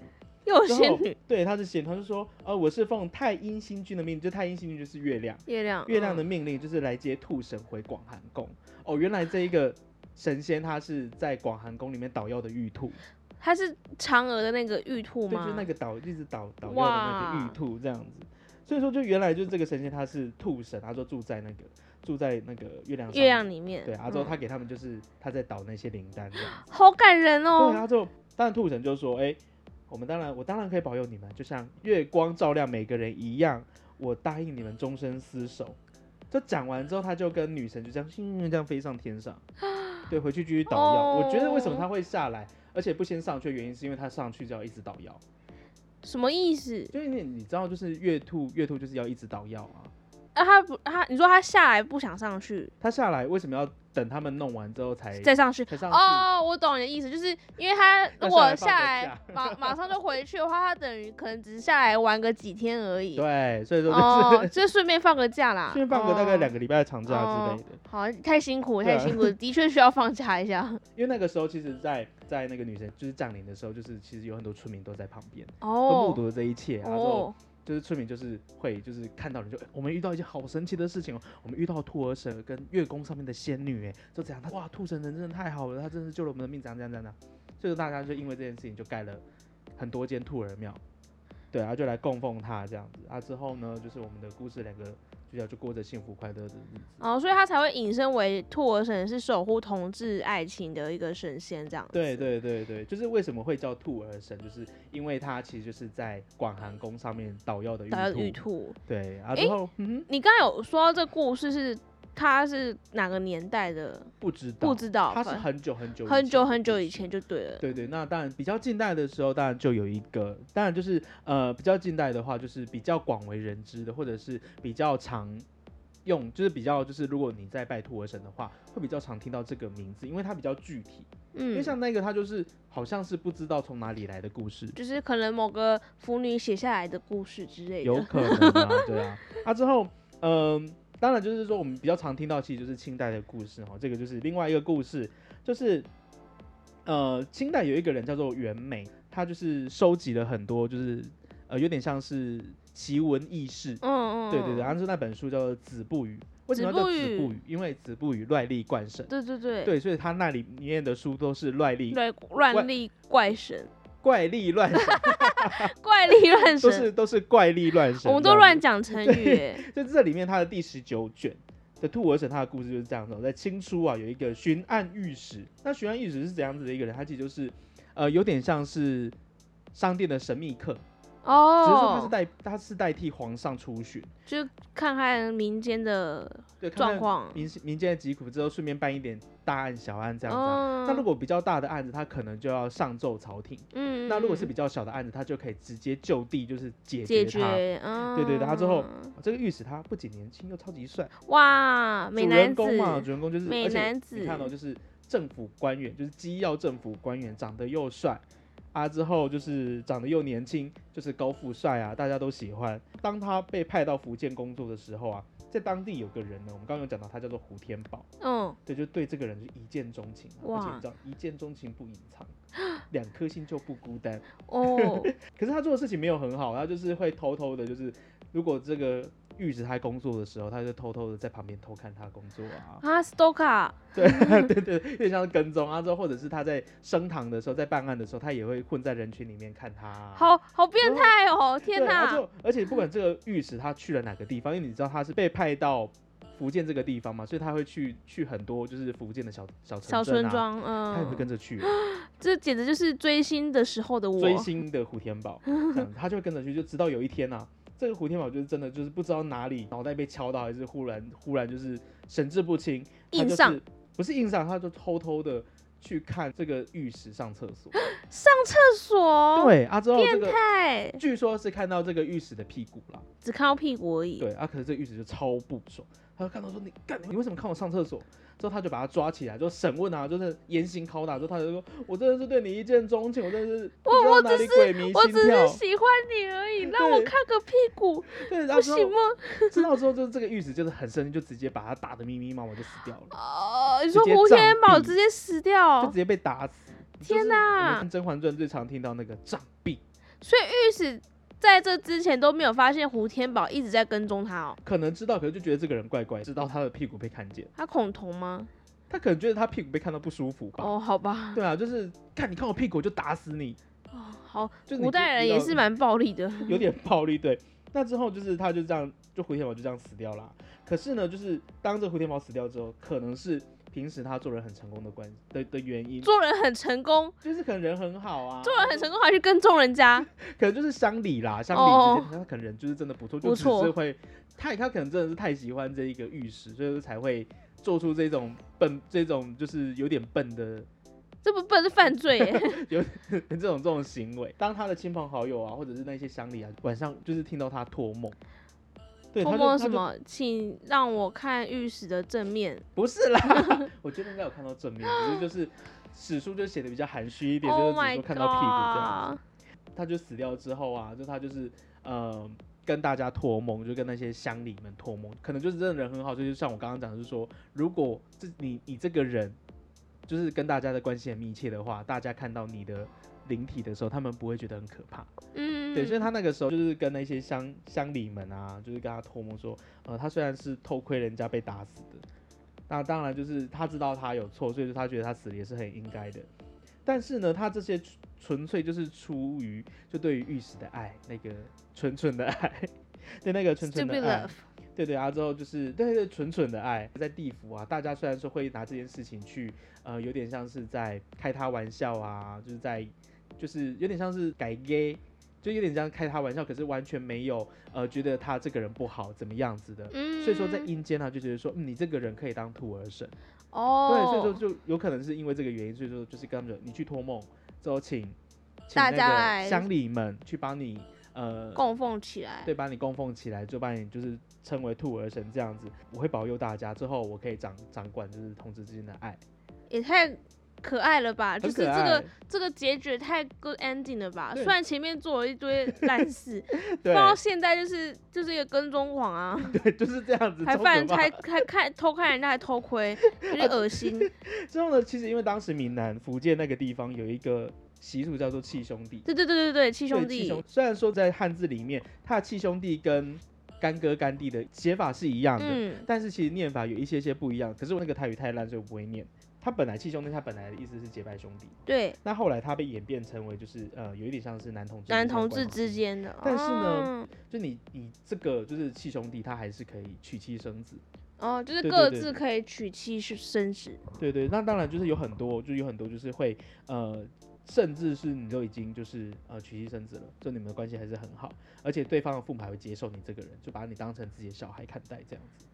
[SPEAKER 2] 又
[SPEAKER 1] 之
[SPEAKER 2] 哦仙
[SPEAKER 1] 后
[SPEAKER 2] 女，
[SPEAKER 1] 对，她是仙女，她就说，呃，我是奉太阴星君的命，就太阴星君就是月亮，
[SPEAKER 2] 月亮，
[SPEAKER 1] 月亮的
[SPEAKER 2] 嗯
[SPEAKER 1] 命令就是来接兔神回广寒宫。哦，原来这一个神仙他是在广寒宫里面捣药的玉兔，
[SPEAKER 2] 它是嫦娥的那个玉兔
[SPEAKER 1] 对，就
[SPEAKER 2] 吗？
[SPEAKER 1] 是那个捣一直捣捣药的
[SPEAKER 2] 哇
[SPEAKER 1] 那个玉兔这样子。所以说，就原来就是这个神仙他是兔神，他说住在那个住在那个月亮上
[SPEAKER 2] 月
[SPEAKER 1] 面
[SPEAKER 2] 亮里面。
[SPEAKER 1] 对，阿周
[SPEAKER 2] 嗯
[SPEAKER 1] 他给他们就是他在导那些灵丹这样子。
[SPEAKER 2] 好感人
[SPEAKER 1] 对，啊
[SPEAKER 2] 哦。
[SPEAKER 1] 阿周，当然兔神就说：“哎、我们当然我当然可以保佑你们，就像月光照亮每个人一样，我答应你们终身厮守。”就讲完之后，他就跟女神就这样咻这样飞上天上，对，回去继续捣药。我觉得为什么他会下来，而且不先上去，的原因是因为他上去就要一直捣药，
[SPEAKER 2] 什么意思？
[SPEAKER 1] 就是你你知道，就是月兔月兔就是要一直捣药啊。
[SPEAKER 2] 啊，他不，他你说他下来不想上去，
[SPEAKER 1] 他下来为什么要等他们弄完之后才
[SPEAKER 2] 再上去？
[SPEAKER 1] 哎才上去？
[SPEAKER 2] 哦，我懂你的意思，就是因为他
[SPEAKER 1] 要
[SPEAKER 2] 如果
[SPEAKER 1] 下
[SPEAKER 2] 下
[SPEAKER 1] 来
[SPEAKER 2] 来马马上就回去的话，他等于可能只是下来玩个几天 而已。
[SPEAKER 1] 对，所以说就是、
[SPEAKER 2] 哦，就顺便放个假啦，
[SPEAKER 1] 顺便放个大概
[SPEAKER 2] 哦
[SPEAKER 1] 两个礼拜的长假之类的。
[SPEAKER 2] 好，太辛苦，
[SPEAKER 1] 对
[SPEAKER 2] 太
[SPEAKER 1] 啊
[SPEAKER 2] 辛苦，的确需要放假一下。
[SPEAKER 1] 因为那个时候，其实在，在那个女神就是降临的时候，就是其实有很多村民都在旁边， 都目
[SPEAKER 2] 哦，
[SPEAKER 1] 睹了这一切。然后之后
[SPEAKER 2] 哦，
[SPEAKER 1] 就是村民就是会就是看到人就、欸我们遇到一件好神奇的事情哦，我们遇到兔儿蛇跟月宫上面的仙女，哎，就这样，她哇，兔神人真的太好了，她真是救了我们的命，怎样怎样怎样。所以大家就因为这件事情就盖了很多间兔儿庙，对，然后就来供奉她这样子。啊，之后呢，就是我们的故事两个主角就过着幸福快乐的日子。
[SPEAKER 2] 哦，所以他才会引申为兔儿神是守护同志爱情的一个神仙这样子。
[SPEAKER 1] 对，对对对，就是为什么会叫兔儿神，就是因为它其实就是在广寒宫上面捣药的玉
[SPEAKER 2] 打到
[SPEAKER 1] 兔。
[SPEAKER 2] 玉兔。
[SPEAKER 1] 对，然后
[SPEAKER 2] 诶
[SPEAKER 1] 之后、嗯哼
[SPEAKER 2] 你刚才有说到这故事是它是哪个年代的？
[SPEAKER 1] 不知道，
[SPEAKER 2] 不知道，
[SPEAKER 1] 啊它是
[SPEAKER 2] 反
[SPEAKER 1] 很久很久以
[SPEAKER 2] 很久
[SPEAKER 1] 前的
[SPEAKER 2] 很久
[SPEAKER 1] 故
[SPEAKER 2] 以
[SPEAKER 1] 事
[SPEAKER 2] 前。就对了。
[SPEAKER 1] 对对，那当然比较近代的时候，当然就有一个，当然就是呃比较近代的话，就是比较广为人知的，或者是比较常用，就是比较就是如果你在拜兔儿神的话，会比较常听到这个名字，因为它比较具体。因为
[SPEAKER 2] 嗯，
[SPEAKER 1] 像那个它就是好像是不知道从哪里来的故事，
[SPEAKER 2] 就是可能某个腐女写下来的故事之类
[SPEAKER 1] 有
[SPEAKER 2] 的。嗯
[SPEAKER 1] 可能啊，对啊。啊之后，嗯、当然就是说我们比较常听到，其实就是清代的故事哈。这个就是另外一个故事，就是呃，清代有一个人叫做袁枚，他就是收集了很多，就是呃，有点像是奇闻异事。
[SPEAKER 2] 嗯嗯，
[SPEAKER 1] 对对对，啊
[SPEAKER 2] 嗯
[SPEAKER 1] 然后就那本书叫做《子不语》，为什么要叫《
[SPEAKER 2] 子
[SPEAKER 1] 子
[SPEAKER 2] 不
[SPEAKER 1] 不语》？因为《子不语》乱力贯神。
[SPEAKER 2] 对对对，
[SPEAKER 1] 对，所以他那里面的书都是乱力、
[SPEAKER 2] 乱
[SPEAKER 1] 怪
[SPEAKER 2] 乱力怪神，
[SPEAKER 1] 怪力乱 神，
[SPEAKER 2] 怪力乱
[SPEAKER 1] 都
[SPEAKER 2] 神，
[SPEAKER 1] 是都是怪力乱神这样子。
[SPEAKER 2] 我们都乱讲成语欸。
[SPEAKER 1] 就这里面它的第十九卷的兔儿神，它的故事就是这样子哦、在清初啊，有一个巡按御史，那巡按御史是怎样子的一个人？他其实就是，呃，有点像是商店的神秘客，只是说他
[SPEAKER 2] 哦
[SPEAKER 1] 是，代他是代替皇上出巡，
[SPEAKER 2] 就是看看民间的
[SPEAKER 1] 对，看
[SPEAKER 2] 状
[SPEAKER 1] 看
[SPEAKER 2] 况。
[SPEAKER 1] 民民间的疾苦之后，顺便办一点大案小案这样子啊、
[SPEAKER 2] 嗯，
[SPEAKER 1] 那如果比较大的案子，他可能就要上奏朝廷；
[SPEAKER 2] 嗯，
[SPEAKER 1] 那如果是
[SPEAKER 2] 嗯
[SPEAKER 1] 比较小的案子，他就可以直接就地就是解
[SPEAKER 2] 解
[SPEAKER 1] 决它。
[SPEAKER 2] 决，嗯，
[SPEAKER 1] 对对对，他之后、这个御史他不仅年轻又超级帅，
[SPEAKER 2] 哇，美
[SPEAKER 1] 主
[SPEAKER 2] 男
[SPEAKER 1] 人
[SPEAKER 2] 子
[SPEAKER 1] 公嘛，主人公就是，
[SPEAKER 2] 美
[SPEAKER 1] 而且
[SPEAKER 2] 男子
[SPEAKER 1] 你看到、就是政府官员，就是机要政府官员，长得又帅。啊，之后就是长得又年轻，就是高富帅啊，大家都喜欢。当他被派到福建工作的时候啊，在当地有个人呢，我们刚刚有讲到，他叫做胡天宝，
[SPEAKER 2] 嗯，
[SPEAKER 1] 对，就对这个人就一见钟情啊、而且
[SPEAKER 2] 哇
[SPEAKER 1] 你知道，一见钟情不隐藏，两颗心就不孤单。
[SPEAKER 2] 哦，
[SPEAKER 1] 可是他做的事情没有很好，他就是会偷偷的，就是如果这个玉子他工作的时候，他就偷偷的在旁边偷看他工作 啊，
[SPEAKER 2] 啊，Stoka，
[SPEAKER 1] 对对对， 有点像是跟踪啊。之后或者是他在升堂的时候，在办案的时候，他也会混在人群里面看他、啊。
[SPEAKER 2] 好好变态哦，天
[SPEAKER 1] 对啊
[SPEAKER 2] 哪，
[SPEAKER 1] 就而且不管这个御史他去了哪个地方，因为你知道他是被派到福建这个地方嘛，所以他会去去很多就是福建的小小城、啊、
[SPEAKER 2] 小村庄，
[SPEAKER 1] 他也会跟
[SPEAKER 2] 嗯，
[SPEAKER 1] 着去。
[SPEAKER 2] 这简直就是追星的时候的我，
[SPEAKER 1] 追星的胡天 宝，这样子他就会跟着去，就直到有一天啊，这个胡天宝就是真的就是不知道哪里脑袋被敲到，还是忽然忽然就是神志不清，他
[SPEAKER 2] 硬
[SPEAKER 1] 就是
[SPEAKER 2] 上
[SPEAKER 1] 不是硬上，他就偷偷的去看这个浴室上厕所，
[SPEAKER 2] 上厕所，
[SPEAKER 1] 对啊，之后这个
[SPEAKER 2] 嗨，
[SPEAKER 1] 据说是看到这个浴室的屁股啦，
[SPEAKER 2] 只看到屁股而已，
[SPEAKER 1] 对啊，可是这个浴室就超不爽，他就看到说你干你为什么看我上厕所？之后他就把他抓起来，就审问啊，就是严刑拷打。之后他就说：“我真的是对你一见钟情，我真的是不知道
[SPEAKER 2] 我
[SPEAKER 1] 哪
[SPEAKER 2] 只
[SPEAKER 1] 里
[SPEAKER 2] 是
[SPEAKER 1] 鬼迷心跳。”
[SPEAKER 2] 我只是喜欢你而 已，让我
[SPEAKER 1] 对
[SPEAKER 2] 看个屁股，
[SPEAKER 1] 对，然
[SPEAKER 2] 不
[SPEAKER 1] 后之后
[SPEAKER 2] 行吗？
[SPEAKER 1] 知道之后，就是这个玉子就是很生气，就直接把他打的密密麻麻就死掉了，
[SPEAKER 2] 哦，你
[SPEAKER 1] 直
[SPEAKER 2] 说
[SPEAKER 1] 接
[SPEAKER 2] 胡
[SPEAKER 1] 杖
[SPEAKER 2] 天宝
[SPEAKER 1] 毙
[SPEAKER 2] 直接死
[SPEAKER 1] 就
[SPEAKER 2] 掉
[SPEAKER 1] 直，接被打死。
[SPEAKER 2] 哦天
[SPEAKER 1] 哪！我
[SPEAKER 2] 哪
[SPEAKER 1] 们看《甄嬛传》最常听到那个杖毙，
[SPEAKER 2] 所以御史在这之前都没有发现胡天宝一直在跟踪他哦，
[SPEAKER 1] 可能知道，可能就觉得这个人怪怪，知道他的屁股被看见，
[SPEAKER 2] 他恐同吗？
[SPEAKER 1] 他可能觉得他屁股被看到不舒服吧。
[SPEAKER 2] 哦，好吧，
[SPEAKER 1] 对啊，就是看你看我屁股我就打死你，
[SPEAKER 2] 哦，好，
[SPEAKER 1] 就是你
[SPEAKER 2] 古代人也是蛮暴力的，
[SPEAKER 1] 有点暴力。对，那之后就是他就这样，就胡天宝就这样死掉啦。可是呢，就是当这胡天宝死掉之后，可能是平时他做人很成功的关的的原因，
[SPEAKER 2] 做人很成功，
[SPEAKER 1] 就是可能人很好啊，
[SPEAKER 2] 做人很成功还去跟踪人家，
[SPEAKER 1] 可能就是乡里啦，乡里
[SPEAKER 2] 哦
[SPEAKER 1] 之间他可能人就是真的不错，就
[SPEAKER 2] 不
[SPEAKER 1] 只
[SPEAKER 2] 错
[SPEAKER 1] 是会太他可能真的是太喜欢这一个玉石，所以才会做出这种笨这种就是有点笨的
[SPEAKER 2] 这不本是犯罪耶，
[SPEAKER 1] 这种这种行为。当他的亲朋好友啊，或者是那些乡里啊，晚上就是听到他托梦， 对，
[SPEAKER 2] 偷
[SPEAKER 1] 他就
[SPEAKER 2] 摸
[SPEAKER 1] 他
[SPEAKER 2] 什
[SPEAKER 1] 就
[SPEAKER 2] 么？请让我看御史的正面，
[SPEAKER 1] 不是 啦，我觉得应该有看到正面，只是就是史书就写的比较含蓄一点，
[SPEAKER 2] Oh
[SPEAKER 1] 就是只
[SPEAKER 2] my
[SPEAKER 1] 说看到屁股这样子
[SPEAKER 2] god。
[SPEAKER 1] 他就死掉之后啊，就他就是呃跟大家托梦，就跟那些乡里们托梦，可能就是真的人很好，就是像我刚刚讲的，就是说如果这你你这个人就是跟大家的关系很密切的话，大家看到你的灵体的时候，他们不会觉得很可怕。
[SPEAKER 2] 嗯，
[SPEAKER 1] 对，所以他那个时候就是跟那些乡乡里们啊，就是跟他托梦说，呃，他虽然是偷窥人家被打死的，那当然就是他知道他有错，所以他觉得他死了也是很应该的。但是呢，他这些纯纯粹就是出于就对于玉石的爱，那个纯纯的爱，对那个纯纯
[SPEAKER 2] stupid
[SPEAKER 1] 的爱
[SPEAKER 2] love，，
[SPEAKER 1] 对对啊，之后就是对对纯纯的爱，在地府啊，大家虽然说会拿这件事情去，呃，有点像是在开他玩笑啊，就是在就是有点像是改 gay，就有点像开他玩笑，可是完全没有呃觉得他这个人不好怎么样子的。
[SPEAKER 2] 嗯，
[SPEAKER 1] 所以说在阴间呢、就觉得说，嗯，你这个人可以当兔儿神，
[SPEAKER 2] 哦，
[SPEAKER 1] 对，所以说就有可能是因为这个原因，所以说就是跟他们说你去托梦之后请，请
[SPEAKER 2] 大家
[SPEAKER 1] 那个
[SPEAKER 2] 来
[SPEAKER 1] 乡里们去帮你呃
[SPEAKER 2] 供奉起来，
[SPEAKER 1] 对，把你供奉起来，就把你就是称为兔儿神这样子，我会保佑大家。之后我可以掌掌管就是同志之间的爱，
[SPEAKER 2] 也太可爱了吧！就
[SPEAKER 1] 很
[SPEAKER 2] 是
[SPEAKER 1] 可
[SPEAKER 2] 这
[SPEAKER 1] 爱
[SPEAKER 2] 个。这个结局也太 good ending 了吧？
[SPEAKER 1] 对
[SPEAKER 2] 虽然前面做了一堆烂事，
[SPEAKER 1] 对
[SPEAKER 2] 放到现在就是就是一个跟踪狂啊，
[SPEAKER 1] 对，就是这样子。
[SPEAKER 2] 还
[SPEAKER 1] 超可
[SPEAKER 2] 犯
[SPEAKER 1] 怕
[SPEAKER 2] 还还看偷看人家，还偷窥，有点 恶心。
[SPEAKER 1] 之后呢，其实因为当时闽南福建那个地方有一个习俗叫做契兄弟，
[SPEAKER 2] 对对对对对，七
[SPEAKER 1] 对
[SPEAKER 2] 兄
[SPEAKER 1] 契
[SPEAKER 2] 弟，
[SPEAKER 1] 虽然说在汉字里面，他的契兄弟跟干哥干弟的写法是一样的，
[SPEAKER 2] 嗯，
[SPEAKER 1] 但是其实念法有一些些不一样。可是我那个台语太烂，所以我不会念。他本来契兄弟，他本来的意思是结拜兄弟，
[SPEAKER 2] 对，
[SPEAKER 1] 那后来他被演变成为就是呃，有一点像是男同志
[SPEAKER 2] 男
[SPEAKER 1] 之间的
[SPEAKER 2] 同
[SPEAKER 1] 关
[SPEAKER 2] 志
[SPEAKER 1] 系
[SPEAKER 2] 之间的。
[SPEAKER 1] 但是呢
[SPEAKER 2] 哦，
[SPEAKER 1] 就你你这个就是契兄弟，他还是可以娶妻生子，
[SPEAKER 2] 哦，就是
[SPEAKER 1] 对对
[SPEAKER 2] 各
[SPEAKER 1] 对
[SPEAKER 2] 自可以娶妻是生子，
[SPEAKER 1] 对对，那当然就是有很多，就有很多就是会呃，甚至是你都已经就是呃娶妻生子了，就你们的关系还是很好，而且对方的父母还会接受你这个人，就把你当成自己的小孩看待这样子。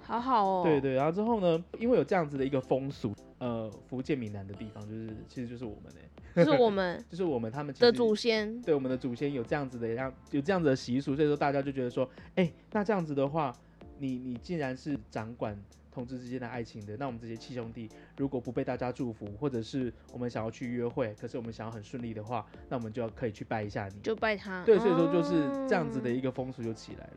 [SPEAKER 2] 好好哦。
[SPEAKER 1] 对对，然后之后呢，因为有这样子的一个风俗，呃，福建闽南的地方就是其实就是我们哎、
[SPEAKER 2] 就是我们
[SPEAKER 1] 就是我们他们其
[SPEAKER 2] 的
[SPEAKER 1] 实
[SPEAKER 2] 祖先。
[SPEAKER 1] 对我们的祖先有这样子的样有这样子的习俗，所以说大家就觉得说，哎、那这样子的话，你你既然是掌管同志之间的爱情的，那我们这些七兄弟如果不被大家祝福，或者是我们想要去约会，可是我们想要很顺利的话，那我们就要可以去拜一下你。
[SPEAKER 2] 就拜他，
[SPEAKER 1] 对，所以说就是这样子的
[SPEAKER 2] 哦
[SPEAKER 1] 一个风俗就起来了。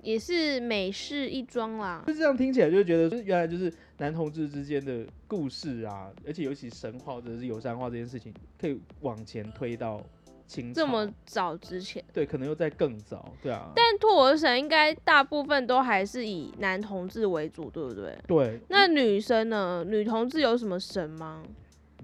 [SPEAKER 2] 也是美式一桩啦
[SPEAKER 1] 就。是这样听起来就会觉得，就是原来就是男同志之间的故事啊，而且尤其神话或者是友善化这件事情，可以往前推到清朝，
[SPEAKER 2] 这么早之前，
[SPEAKER 1] 对，可能又在更早，对啊。
[SPEAKER 2] 但托儿神应该大部分都还是以男同志为主，对不对？
[SPEAKER 1] 对，
[SPEAKER 2] 那女生呢？女同志有什么神吗？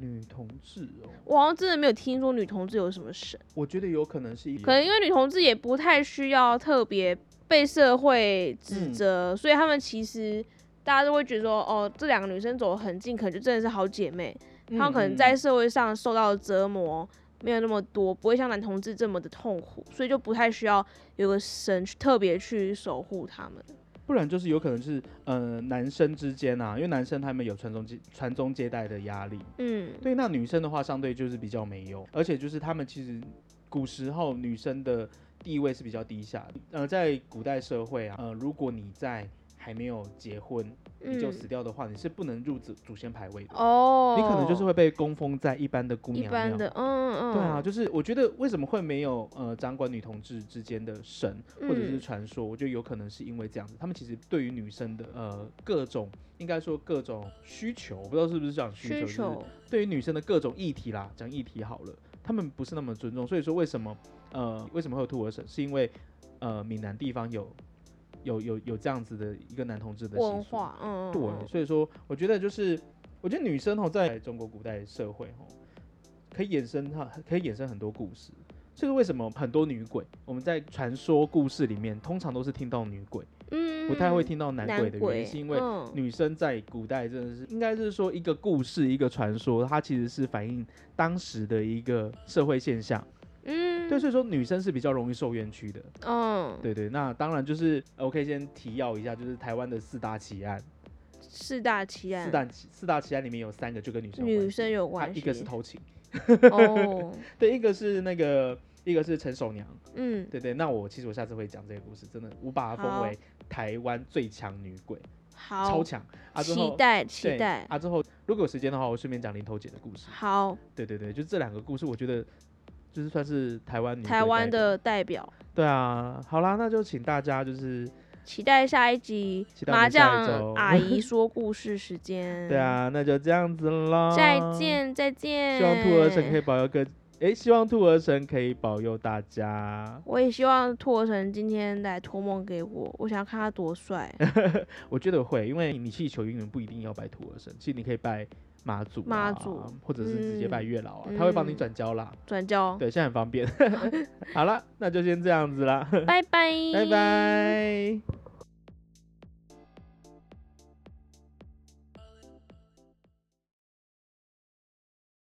[SPEAKER 1] 女同志哦，
[SPEAKER 2] 我好像真的没有听说女同志有什么神，
[SPEAKER 1] 我觉得有可能是一，
[SPEAKER 2] 可能因为女同志也不太需要特别被社会指
[SPEAKER 1] 嗯
[SPEAKER 2] 责，所以她们其实大家都会觉得说，哦，这两个女生走得很近，可能就真的是好姐妹。
[SPEAKER 1] 嗯
[SPEAKER 2] 她们可能在社会上受到的折磨没有那么多，不会像男同志这么的痛苦，所以就不太需要有个神去特别去守护她们。
[SPEAKER 1] 不然就是有可能是呃男生之间啊，因为男生他们有传宗接传宗接代的压力，
[SPEAKER 2] 嗯，
[SPEAKER 1] 对，那女生的话相对就是比较没有，而且就是他们其实古时候女生的地位是比较低下的，呃，在古代社会啊，呃，如果你在还没有结婚你就
[SPEAKER 2] 嗯
[SPEAKER 1] 死掉的话，你是不能入祖祖先牌位的，
[SPEAKER 2] 哦，
[SPEAKER 1] 你可能就是会被供奉在一般的姑
[SPEAKER 2] 一
[SPEAKER 1] 娘
[SPEAKER 2] 般
[SPEAKER 1] 庙
[SPEAKER 2] 的，嗯嗯，
[SPEAKER 1] 对啊，就是我觉得为什么会没有呃掌管女同志之间的神或者是
[SPEAKER 2] 嗯
[SPEAKER 1] 传说，我觉得有可能是因为这样子，他们其实对于女生的呃各种应该说各种需求，我不知道是不是讲需求，
[SPEAKER 2] 需
[SPEAKER 1] 就是
[SPEAKER 2] 求，
[SPEAKER 1] 对于女生的各种议题啦，讲议题好了，他们不是那么尊重，所以说为什么呃为什么会有兔儿神，是因为呃闽南地方有有有有这样子的一个男同志的习
[SPEAKER 2] 文
[SPEAKER 1] 俗
[SPEAKER 2] 化，嗯，嗯
[SPEAKER 1] 对，
[SPEAKER 2] 嗯
[SPEAKER 1] 所以说我觉得就是，我觉得女生哦，在中国古代社会哦，可以衍生它，可以衍生很多故事。这个为什么很多女鬼，我们在传说故事里面通常都是听到女鬼，
[SPEAKER 2] 嗯，
[SPEAKER 1] 不太会听到
[SPEAKER 2] 嗯
[SPEAKER 1] 男
[SPEAKER 2] 男
[SPEAKER 1] 鬼的原因，是因为
[SPEAKER 2] 嗯
[SPEAKER 1] 女生在古代真的是，应该是说一个故事，一个传说，它其实是反映当时的一个社会现象。
[SPEAKER 2] 嗯，
[SPEAKER 1] 对，所以说女生是比较容易受冤屈的。
[SPEAKER 2] 嗯，
[SPEAKER 1] 对对，那当然就是呃我可以先提要一下，就是台湾的四大奇案。
[SPEAKER 2] 四大奇案，
[SPEAKER 1] 四大奇四大奇案里面有三个就跟女生有
[SPEAKER 2] 女
[SPEAKER 1] 关系
[SPEAKER 2] 生有
[SPEAKER 1] 她
[SPEAKER 2] 关系，
[SPEAKER 1] 一个是偷情，
[SPEAKER 2] 哦，
[SPEAKER 1] 对，一个是那个，一个是陈守娘，
[SPEAKER 2] 嗯，
[SPEAKER 1] 对对。那我其实我下次会讲这个故事，真的，我把它
[SPEAKER 2] 好
[SPEAKER 1] 封为台湾最强女鬼，
[SPEAKER 2] 好，
[SPEAKER 1] 超强啊！之
[SPEAKER 2] 期
[SPEAKER 1] 后
[SPEAKER 2] 待
[SPEAKER 1] 对
[SPEAKER 2] 期待，
[SPEAKER 1] 啊，之后如果有时间的话，我顺便讲林头姐的故事。
[SPEAKER 2] 好，
[SPEAKER 1] 对对对，就这两个故事，我觉得就是算是台湾女鬼
[SPEAKER 2] 台湾
[SPEAKER 1] 代表
[SPEAKER 2] 的代表，
[SPEAKER 1] 对啊。好啦，那就请大家就是
[SPEAKER 2] 期待下一集
[SPEAKER 1] 期待我
[SPEAKER 2] 麻
[SPEAKER 1] 们下一
[SPEAKER 2] 将
[SPEAKER 1] 周
[SPEAKER 2] 阿 姨说故事时间，
[SPEAKER 1] 对，啊，那就这样子啦，
[SPEAKER 2] 嗯再。见再见，
[SPEAKER 1] 希望兔儿神可以，保佑各，诶，希望兔儿神可以保佑大家。
[SPEAKER 2] 我也希望兔儿神今天来托梦给我，我想要看他 多帅，
[SPEAKER 1] 我觉得会，因为你去求姻缘不一定要拜土儿神，其实你可以拜妈祖、啊、
[SPEAKER 2] 妈祖
[SPEAKER 1] 或者是直接拜月老啊，
[SPEAKER 2] 嗯
[SPEAKER 1] 他会帮你转交啦。
[SPEAKER 2] 转 交，
[SPEAKER 1] 对，现
[SPEAKER 2] 嗯
[SPEAKER 1] 在很方便。好了，那就先这样子啦，
[SPEAKER 2] 拜拜
[SPEAKER 1] 拜拜。